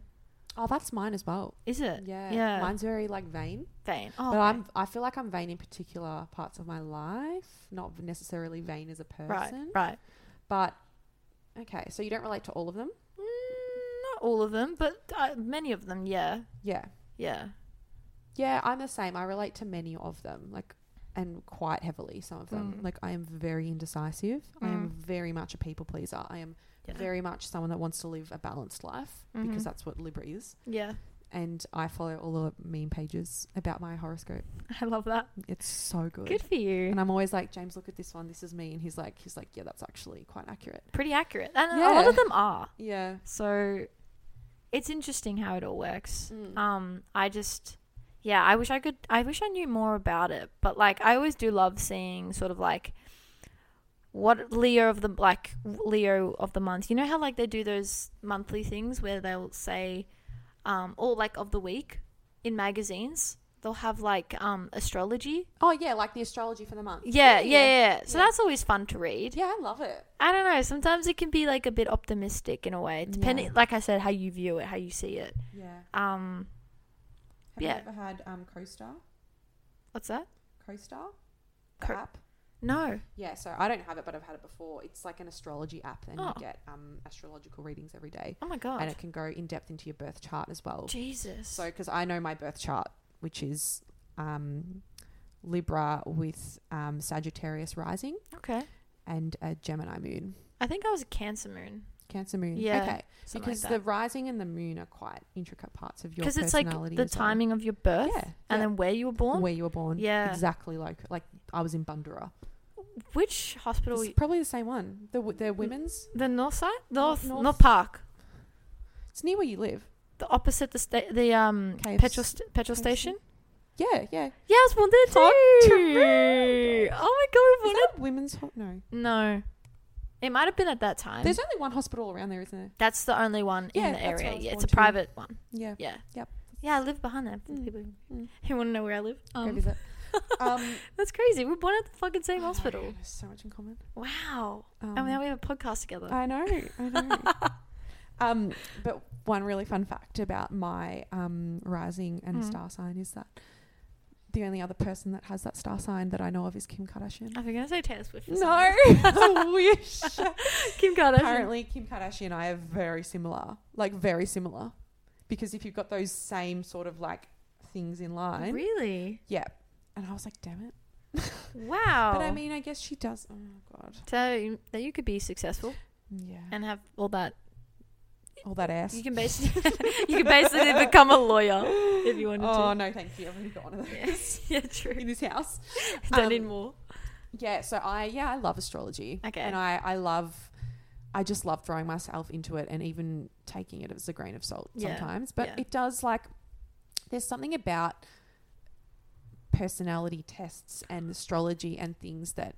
B: Oh, that's mine as well.
A: is it?
B: Uh, Yeah,
A: Yeah.
B: Mine's very like vain,
A: Vain. Oh,
B: Mm. but
A: okay.
B: I'm I feel like I'm vain in particular parts of my life, not necessarily vain as a person.
A: right, right.
B: But okay, so you don't relate to all of them.
A: Mm, not all of them, but uh, many of them, yeah.
B: Yeah.
A: Yeah.
B: Yeah, I'm the same. I relate to many of them, like, and quite heavily, some of them.
A: Mm.
B: Like, I am very indecisive. I am
A: Mm.
B: very much a people pleaser. I am
A: Yeah.
B: very much someone that wants to live a balanced life
A: Mhm.
B: because that's what Libra is.
A: yeah.
B: And I follow all the meme pages about my horoscope.
A: I love that.
B: It's so good.
A: Good for you.
B: And I'm always like, James, look at this one. This is me. And he's like, he's like, yeah, that's actually quite accurate.
A: Pretty accurate. And a lot
B: Yeah.
A: of them are.
B: Yeah.
A: So it's interesting how it all works.
B: Mm.
A: Um I just yeah, I wish I could I wish I knew more about it, but like I always do love seeing sort of like what Leo of the like Leo of the month. You know how like they do those monthly things where they'll say um or like of the week in magazines? they'll have like um astrology.
B: Oh yeah, like the astrology for the month.
A: Yeah, yeah, yeah. So
B: Yeah.
A: that's always fun to read.
B: Yeah, I love it.
A: I don't know. Sometimes it can be like a bit optimistic in a way, depending,
B: Yeah.
A: like I said, how you view it, how you see it.
B: Yeah.
A: Um,
B: Have
A: Yeah.
B: you ever had um CoStar?
A: what's that?
B: CoStar? The
A: Co-
B: app?
A: No.
B: Yeah, so I don't have it, but I've had it before. It's like an astrology app, and
A: Oh.
B: you get um astrological readings every day,
A: Oh my
B: and
A: god.
B: it can go in depth into your birth chart as well.
A: Jesus.
B: So, because I know my birth chart, which is um, Libra with um, Sagittarius rising
A: okay.
B: and a Gemini moon,
A: I think I was a Cancer moon.
B: Cancer moon.
A: Yeah,
B: Okay.
A: Something
B: Because
A: like
B: the
A: that.
B: rising and the moon are quite intricate parts of your
A: Because it's like
B: personality.
A: the
B: as well.
A: timing of your birth
B: Yeah,
A: and
B: yeah.
A: then where you were born.
B: where you were born.
A: Yeah.
B: Exactly like like I was in Bundura.
A: Which hospital?
B: It's probably the same one. The w- the women's.
A: The north side, north, north,
B: north-
A: park,
B: It's near where you live.
A: the opposite the sta- the um
B: KFC.
A: petrol st- petrol
B: KFC?
A: station.
B: Yeah, yeah.
A: Yeah, I was born there
B: Hot
A: too.
B: to
A: Oh my god, we
B: Is
A: born
B: that women's? Ho- no.
A: it. No, it might have been at that time.
B: There's only one hospital around there, isn't there?
A: that's the only one
B: Yeah,
A: in the
B: that's where I
A: area.
B: was
A: Yeah, it's
B: born
A: a
B: too.
A: private one.
B: Yeah.
A: Yeah.
B: Yep.
A: Yeah, I live behind that. For the
B: Mm,
A: people
B: mm.
A: who want to know where I live.
B: Go
A: Um,
B: visit. um,
A: that's crazy. We're born at the fucking same
B: oh my
A: hospital.
B: God, there's so much in common.
A: Wow.
B: Um,
A: and now we have a podcast together.
B: I know, I know. um, but one really fun fact about my um, rising and
A: Mm.
B: star sign is that the only other person that has that star sign that I know of is Kim Kardashian.
A: I was gonna say Taylor Swift. or
B: No,
A: something.
B: I wish.
A: Kim Kardashian.
B: Apparently, Kim Kardashian and I are very similar, like very similar, because if you've got those same sort of like things in line,
A: Really?
B: yeah. And I was like, damn it.
A: Wow.
B: But I mean, I guess she does. Oh my god.
A: so you- that you could be successful
B: Yeah.
A: and have all that.
B: All that ass.
A: You can basically you can basically become a lawyer if you wanted
B: Oh
A: to.
B: no, thank you. I've already got one of those
A: Yeah. yeah, true.
B: in this house.
A: Don't
B: Um,
A: need more.
B: Yeah, so I yeah, I love astrology.
A: Okay.
B: And I I love I just love throwing myself into it and even taking it as a grain of salt
A: Yeah,
B: sometimes. But
A: yeah.
B: it does like there's something about personality tests and astrology and things that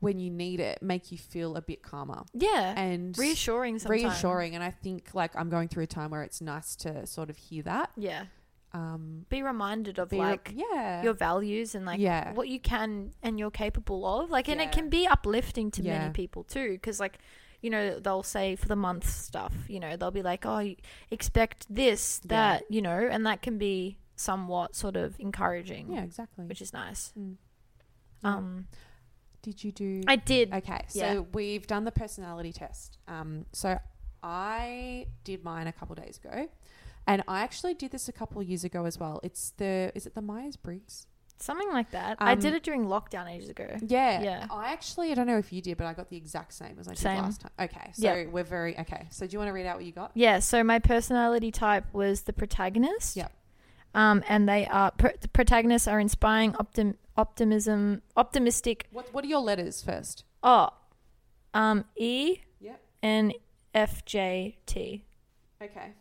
B: when you need it make you feel a bit calmer
A: Yeah,
B: and
A: reassuring. Sometimes.
B: reassuring and I think like I'm going through a time where it's nice to sort of hear that
A: Yeah,
B: um
A: be reminded of
B: be re-
A: like
B: yeah
A: your values and like
B: Yeah.
A: what you can and you're capable of. Like, and it
B: Yeah.
A: can be uplifting to
B: Yeah.
A: many people too, because like. You know, they'll say for the month stuff, you know, they'll be like, oh, you expect this,
B: Yeah.
A: that, you know, and that can be somewhat sort of encouraging,
B: yeah exactly
A: which is nice.
B: Mm.
A: Um,
B: did you do
A: I did.
B: Okay, so
A: Yeah.
B: we've done the personality test. Um, so I did mine a couple days ago, and I actually did this a couple years ago as well. It's the is it the Myers Briggs?
A: Something like that. I did
B: Um,
A: it during lockdown ages ago.
B: Yeah,
A: Yeah.
B: I actually I don't know if you did, but I got the exact same as I did
A: Same.
B: last time. Okay, so
A: Yeah.
B: we're very okay. So do you want to read out what you got?
A: Yeah, so my personality type was the protagonist.
B: Yep.
A: Um, and they are pr- the protagonists are inspiring optim- optimism, optimistic.
B: What What are your letters first?
A: Oh, um, E
B: Yep.
A: N F J T.
B: Okay.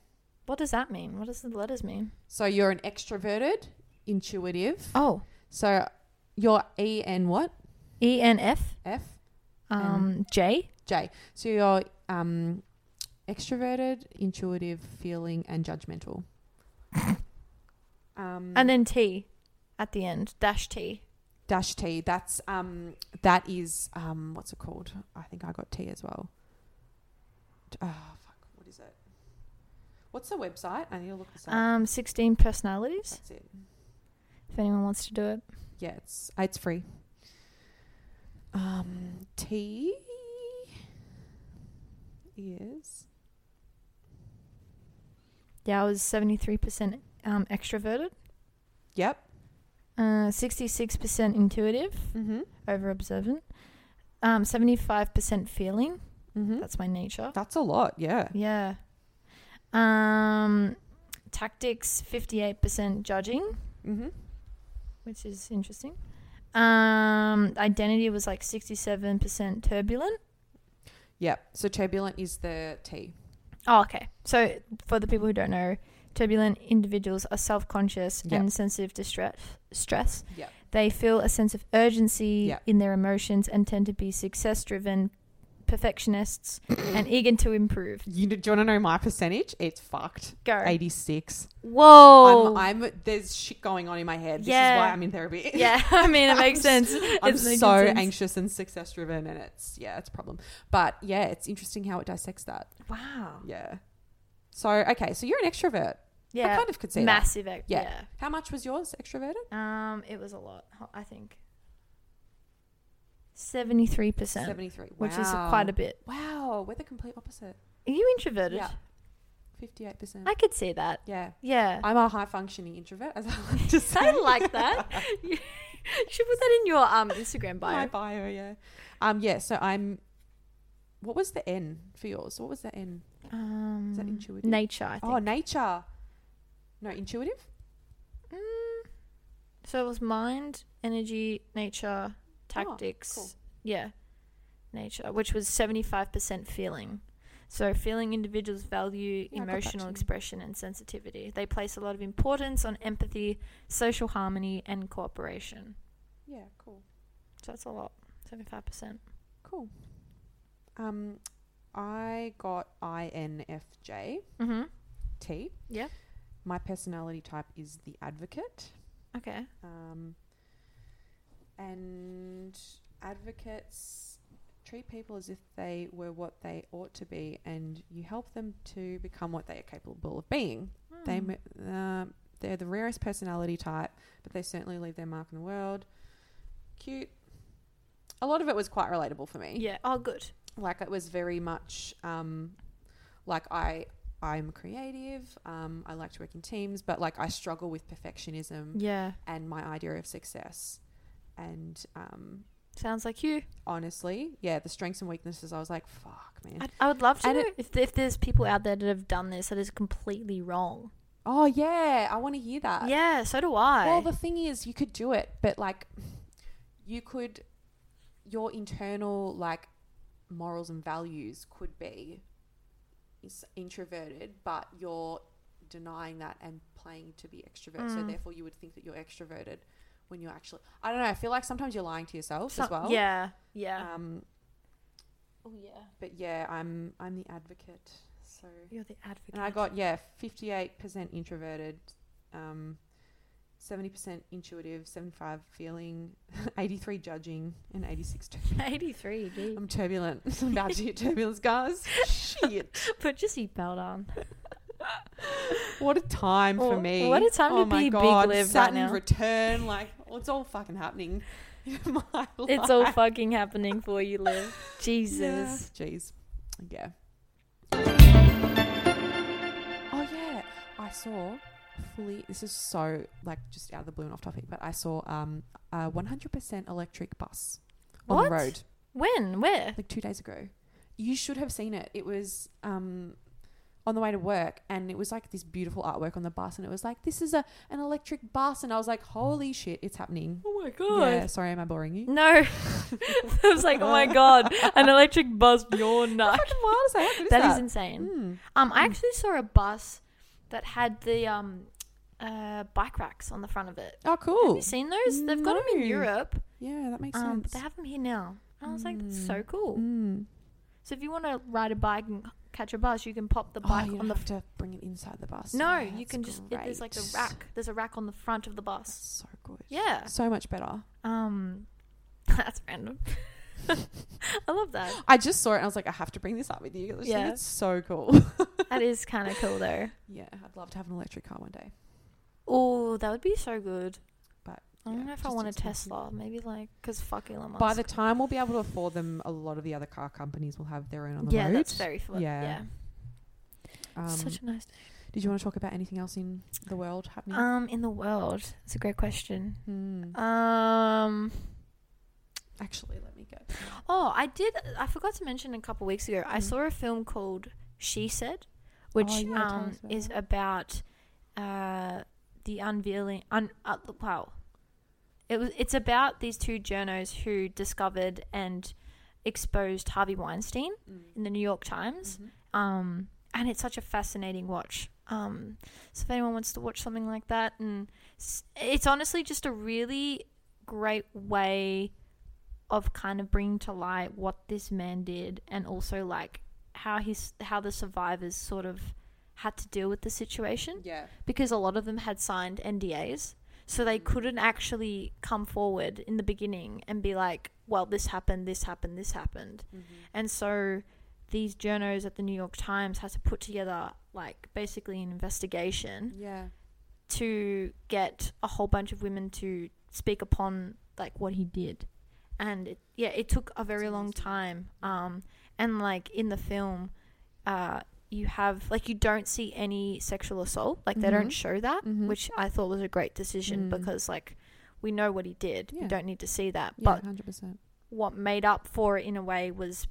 A: What does that mean? What does the letters mean?
B: So you're an extroverted, intuitive.
A: Oh,
B: So you're E N what
A: E N F
B: F
A: um J.
B: J. So you're um, extroverted, intuitive, feeling, and judgmental. um,
A: and then T at the end dash T.
B: dash T. That's um, that is um, what's it called? I think I got T as well. D- Oh fuck! What is it? What's the website? I need to look this up.
A: Um, sixteen personalities.
B: That's it.
A: If anyone wants to do it.
B: Yeah, it's uh, it's free. Um, T is
A: Yeah, I was seventy three percent um extroverted.
B: yep.
A: Uh, 66% intuitive,
B: Mm-hmm.
A: over observant. Um, 75% feeling.
B: Mm-hmm.
A: That's my nature.
B: That's a lot. Yeah.
A: Yeah. Um, tactics, 58% judging,
B: Mm-hmm.
A: which is interesting. Um, identity was like 67% turbulent.
B: Yep. So turbulent is the T.
A: Oh, okay. So, for the people who don't know, turbulent individuals are self conscious
B: Yeah.
A: and sensitive to stress. stress.
B: Yep.
A: They feel a sense of urgency
B: Yeah.
A: in their emotions and tend to be success driven, perfectionists, and eager to improve.
B: You, do you want to know my percentage? It's fucked. Oh.
A: Go.
B: 86.
A: Whoa.
B: I'm, I'm, there's shit going on in my head. This
A: Yeah.
B: is why I'm in therapy.
A: yeah, I mean, it makes
B: I'm
A: sense.
B: s- I'm
A: It's making
B: so
A: sense.
B: anxious and success driven, and it's yeah, it's a problem. But yeah, it's interesting how it dissects that.
A: Wow.
B: Yeah. So okay, so you're an extrovert. I
A: Yeah.
B: kind of could see that.
A: Massive. Ex-
B: Yeah.
A: yeah.
B: How much was yours extroverted?
A: Um, it was a lot. ho- I think seventy-three percent,
B: Seventy three. Wow.
A: which is quite a bit.
B: Wow, we're the complete opposite.
A: Are you introverted?
B: Yeah. Fifty eight percent.
A: I could see that.
B: Yeah.
A: Yeah.
B: I'm a high functioning introvert, as I like to say.
A: I like that. you should put that in your um Instagram bio.
B: My bio, yeah. Um, yeah. So I'm. What was the N for yours? What was the N?
A: Um,
B: Is that intuitive?
A: Nature. I think.
B: Oh, nature. No, intuitive.
A: Mm. So it was mind, energy, nature, tactics.
B: Oh, cool.
A: Yeah. Nature, which was 75% feeling. So, feeling individuals value
B: Yeah, I got that
A: emotional
B: too.
A: expression and sensitivity. They place a lot of importance on empathy, social harmony, and cooperation.
B: Yeah, cool.
A: So, that's a lot 75%.
B: Cool. Um, I got INFJ
A: Mm-hmm.
B: T.
A: Yep.
B: My personality type is the advocate.
A: Okay.
B: Um, and advocates treat people as if they were what they ought to be, and you help them to become what they are capable of being. They
A: Hmm.
B: They, um they're the rarest personality type, but they certainly leave their mark in the world. Cute. A lot of it was quite relatable for me
A: Yeah. Oh, good.
B: like it was very much um, like I I'm creative. Um, I like to work in teams, but like I struggle with perfectionism
A: Yeah.
B: and my idea of success. And um,
A: Sounds like you.
B: honestly, yeah, the strengths and weaknesses. I was like, fuck, man.
A: I, I would love to
B: And
A: know
B: it-
A: if, if there's people out there that have done this that is completely wrong.
B: oh yeah, I want to hear that.
A: yeah, so do I.
B: Uh, Well, the thing is, you could do it, but like, you could, your internal like morals and values could be is introverted, but you're denying that and playing to be extrovert. So
A: Mm.
B: therefore, you would think that you're extroverted when you're actually. I don't know. I feel like sometimes you're lying to yourself as
A: Some-
B: well.
A: Yeah, yeah.
B: Um.
A: oh yeah.
B: But yeah, I'm I'm the advocate. So.
A: You're the advocate.
B: And I got yeah, fifty eight percent introverted, um, seventy percent intuitive, seventy five feeling, eighty three judging, and eighty six. Tur-
A: 83. Gee.
B: I'm turbulent. I'm about to hit turbulence, guys. Shit!
A: Put your seatbelt on.
B: What a time for
A: Oh,
B: me.
A: what a time to be big live right
B: Saturn
A: now.
B: return, like well, it's all fucking happening. in my
A: It's all
B: life.
A: fucking happening for you, Liv.
B: Yeah.
A: Jesus.
B: Jeez. Yeah. Oh yeah, I saw fully. This is so like just out of the blue and off topic, but I saw um a 100% electric bus on
A: What?
B: the road
A: When? Where?
B: like two days ago. You should have seen it. It was um on the way to work, and it was like this beautiful artwork on the bus, and it was like this is a an electric bus, and I was like, holy shit, it's happening.
A: Oh my
B: Yeah, sorry, am I boring you?
A: No. I was like, oh my god, an electric bus. You're nuts.
B: Fucking wild as I am, what is
A: that is
B: that?
A: insane.
B: Mm.
A: Um, I actually saw a bus that had the um, uh, bike racks on the front of it.
B: Oh, cool.
A: Have you seen those? They've got them in
B: No.
A: Europe.
B: Yeah, that makes
A: Um, but
B: sense.
A: they have them here now. And I was like, that's
B: Mm.
A: so cool.
B: Mm.
A: So if you want to ride a bike and catch a bus, you can pop the
B: Oh,
A: bike
B: you
A: on
B: don't
A: the.
B: have to bring it inside the bus.
A: no,
B: Yeah,
A: you
B: that's
A: can just. It, there's like
B: great.
A: a rack. There's a rack on the front of the
B: That's
A: bus.
B: so good.
A: Yeah.
B: So much better.
A: Um, that's random. I love that.
B: I just saw it and I was like, I have to bring this up with you. I just
A: Yeah.
B: think it's so cool.
A: That is kind of cool though.
B: yeah, I'd love to have an electric car one day.
A: Oh, that would be so good.
B: But,
A: I don't
B: yeah,
A: know if I
B: just
A: want a
B: expensive.
A: Tesla. Maybe like, cause fuck Elon Musk.
B: By the time we'll be able to afford them, a lot of the other car companies will have their own on the
A: yeah,
B: road.
A: that's very fun.
B: Yeah.
A: Yeah.
B: Um,
A: Such a nice.
B: did you want to talk about anything else in the world happening?
A: Um, uh, in the world, it's a great question.
B: Hmm.
A: Um.
B: Actually, let me go.
A: Oh, I did. I forgot to mention a couple weeks ago. I
B: Mm. Oh,
A: saw a film called She Said, which
B: yeah, tell
A: um,
B: us about
A: is
B: that.
A: about uh, the unveiling. Un, uh, wow, it was. It's about these two journos who discovered and exposed Harvey Weinstein
B: Mm.
A: in the New York Times.
B: Mhm.
A: Um, and it's such a fascinating watch. Um, so if anyone wants to watch something like that, and s- it's honestly just a really great way of kind of bringing to light what this man did and also like how he's how the survivors sort of had to deal with the situation
B: Mm-hmm. Yeah.
A: because a lot of them had signed NDAs. So they couldn't actually come forward in the beginning and be like, well, this happened, this happened, this happened. And so these journos at the New York Times had to put together, like, basically an investigation
B: Yeah.
A: to get a whole bunch of women to speak upon, like, what he did. And it, yeah, it took a very long time. Um, and, like, in the film, uh, you have, like, you don't see any sexual assault. Like, they don't
B: Mhm.
A: show that
B: Mhm.
A: which I thought was a great decision
B: Mm.
A: because like we know what he did.
B: Yeah.
A: We don't need to see that.
B: Yeah.
A: But
B: Hundred percent.
A: what made up for it in a way was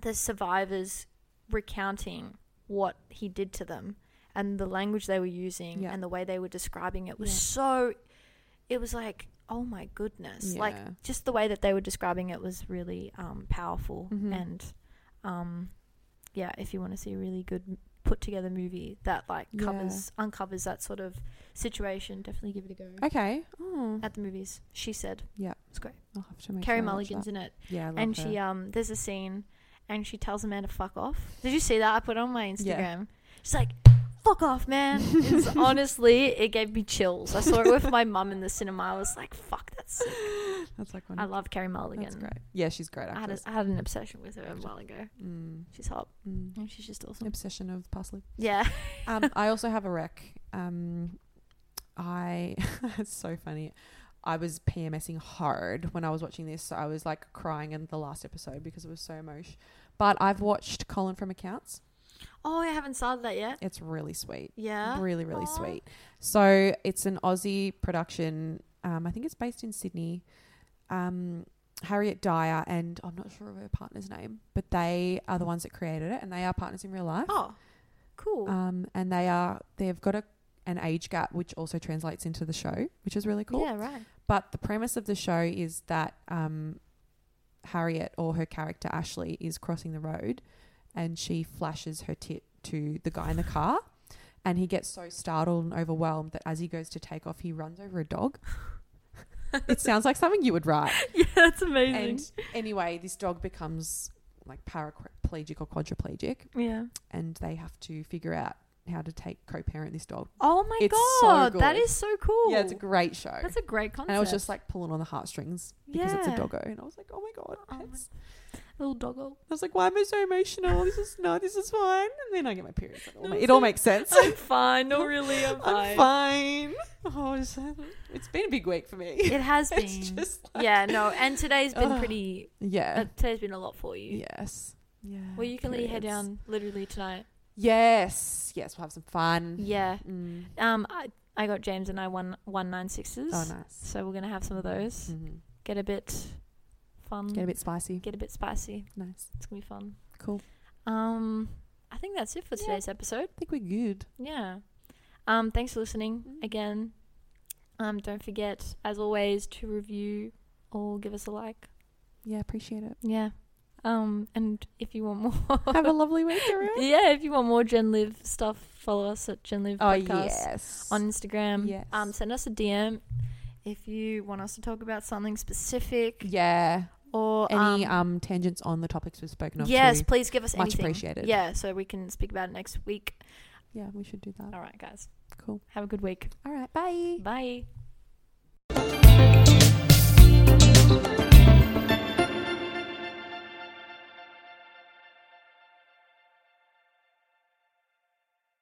A: the survivors recounting what he did to them and the language they were using
B: Yeah.
A: and the way they were describing it was
B: Yeah.
A: so it was like oh my goodness like
B: Yeah.
A: just the way that they were describing it was really um, powerful
B: Mhm.
A: and um, yeah if you want to see a really good m- put together movie that like
B: Yeah.
A: covers uncovers that sort of situation definitely give it a go
B: Okay. Oh.
A: at the movies she said
B: Yeah.
A: it's great
B: I'll have to make
A: carrie
B: sure I watch
A: mulligan's
B: that.
A: in it
B: Yeah. I love
A: and
B: her.
A: she um there's a scene and she tells a man to fuck off did you see that i put it on my instagram
B: Yeah.
A: she's like fuck off man it's honestly it gave me chills i saw it with my mum in the cinema i was like fuck that's sick.
B: That's like one.
A: i love carrie mulligan
B: That's great. Yeah, she's great.
A: I had, a,
B: Actress.
A: I had an obsession with her a while ago.
B: Mm.
A: She's hot.
B: Mm.
A: And she's just awesome.
B: Obsession of parsley.
A: Yeah.
B: um, I also have a rec. Um, I it's so funny. I was PMSing hard when I was watching this. So I was like crying in the last episode because it was so emotional. But I've watched Colin from Accounts.
A: Oh, I haven't started that yet.
B: It's really sweet.
A: Yeah.
B: Really, really
A: Uh-huh. Aw.
B: sweet. So it's an Aussie production. Um, I think it's based in Sydney. Um, Harriet Dyer and I'm not sure of her partner's name, but they are the ones that created it, and they are partners in real life.
A: Oh, cool.
B: Um, and they are they've got a an age gap, which also translates into the show, which is really cool.
A: Yeah, right.
B: But the premise of the show is that um, Harriet or her character Ashley is crossing the road, and she flashes her tit to the guy in the car, and he gets so startled and overwhelmed that as he goes to take off, he runs over a dog. it sounds like something you would write.
A: Yeah, that's amazing.
B: And anyway, this dog becomes like paraplegic or quadriplegic
A: yeah.
B: and they have to figure out how to take co-parent this dog.
A: Oh my
B: It's so
A: god, that
B: good.
A: is so cool.
B: Yeah, it's a great show.
A: That's a great concept.
B: and I was just like pulling on the heartstrings because it's a
A: Yeah.
B: doggo, and I was like, oh my god,
A: Oh my-
B: pets.
A: little doggo.
B: I was like, why am I so emotional? This is no, this is fine. And then I get my period. so It all,
A: No,
B: ma-
A: it's
B: it all
A: like-
B: makes sense.
A: I'm fine. No, really, I'm fine.
B: I'm fine. Oh, it's, it's been a big week for me.
A: It has been.
B: it's just like,
A: yeah, no, and today's been
B: Ugh.
A: pretty. Uh,
B: yeah,
A: today's been a lot for you.
B: yes, yeah.
A: Well, you can lay your head
B: periods.
A: down literally tonight.
B: Yes, yes, we'll have some fun.
A: Yeah.
B: Mm.
A: Um, I, I got James and I one one nine sixes.
B: Oh, nice.
A: So we're gonna have some of those.
B: Mhm.
A: Get a bit fun.
B: Get a bit spicy.
A: get a bit spicy.
B: Nice,
A: It's gonna be fun.
B: cool.
A: Um, I think that's it for
B: Yeah.
A: today's episode.
B: I think we're good.
A: Yeah. Um, thanks for listening
B: Mm.
A: again. Um, don't forget, as always, to review or give us a like.
B: Yeah, appreciate it.
A: Yeah. Um, and if you want more,
B: Have a lovely week, everyone.
A: yeah, if you want more Gen Live stuff, follow us at Gen Live Podcast
B: Oh, yes.
A: on Instagram.
B: Yes.
A: Um, send us a DM if you want us to talk about something specific
B: yeah.
A: or
B: Any
A: um,
B: um, tangents on the topics we've spoken of?
A: yes,
B: too.
A: please give us
B: Much
A: anything.
B: appreciated.
A: Yeah, so we can speak about it next week.
B: Yeah, we should do that.
A: All right, guys,
B: Cool.
A: have a good week.
B: All right. Bye.
A: Bye.